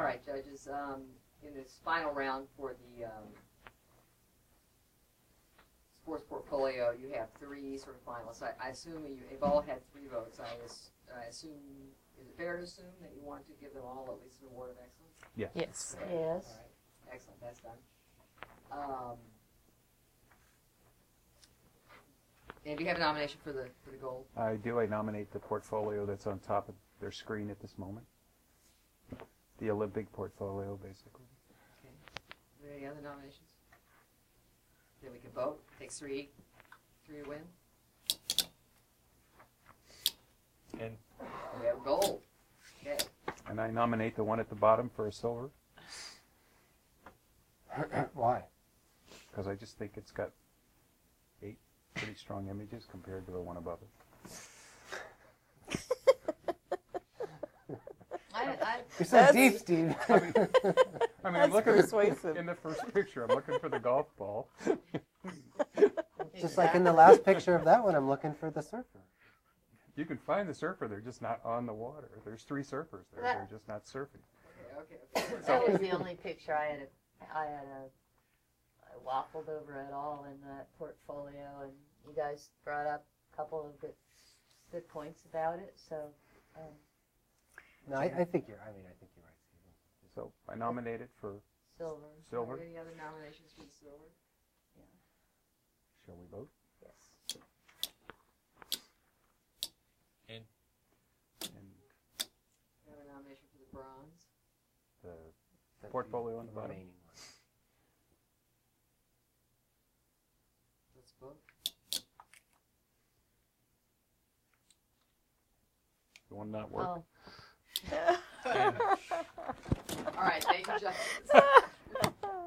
right, judges, um, in this final round for the, um, sports portfolio, you have three sort of finalists. I, I assume you, you've all had three votes. I, as- I assume, is it fair to assume that you want to give them all at least an award of excellence? Yes. Yes. All right. Excellent, that's done. Um, And do you have a nomination for the, for the gold? I Uh, do, I nominate the portfolio that's on top of their screen at this moment. The Olympic portfolio, basically. Are there any other nominations? Then we can vote, takes three, three to win. And- We have gold, okay. And I nominate the one at the bottom for a silver, Why? because I just think it's got eight pretty strong images compared to the one above it. I, I, You're so That's- deep, Steve. I mean, That's I'm looking at persuasive. the, in the first picture, I'm looking for the golf ball. Just like in the last picture of that one, I'm looking for the surfer. You can find the surfer, they're just not on the water. There's three surfers there, they're just not surfing. okay, okay, okay. That was the only picture I had, a- I had a, I waffled over at all in that portfolio, and you guys brought up a couple of good, good points about it, so, um, No, I, I think you're. I mean, I think you're right, Stephen. So I nominate it for silver, Are silver. there any other nominations for the silver? Shall we vote? yes. And We have a nomination for the bronze. the That's Portfolio on the bottom. remaining one. Let's vote. the one not working. Oh, All right, thank you, judges.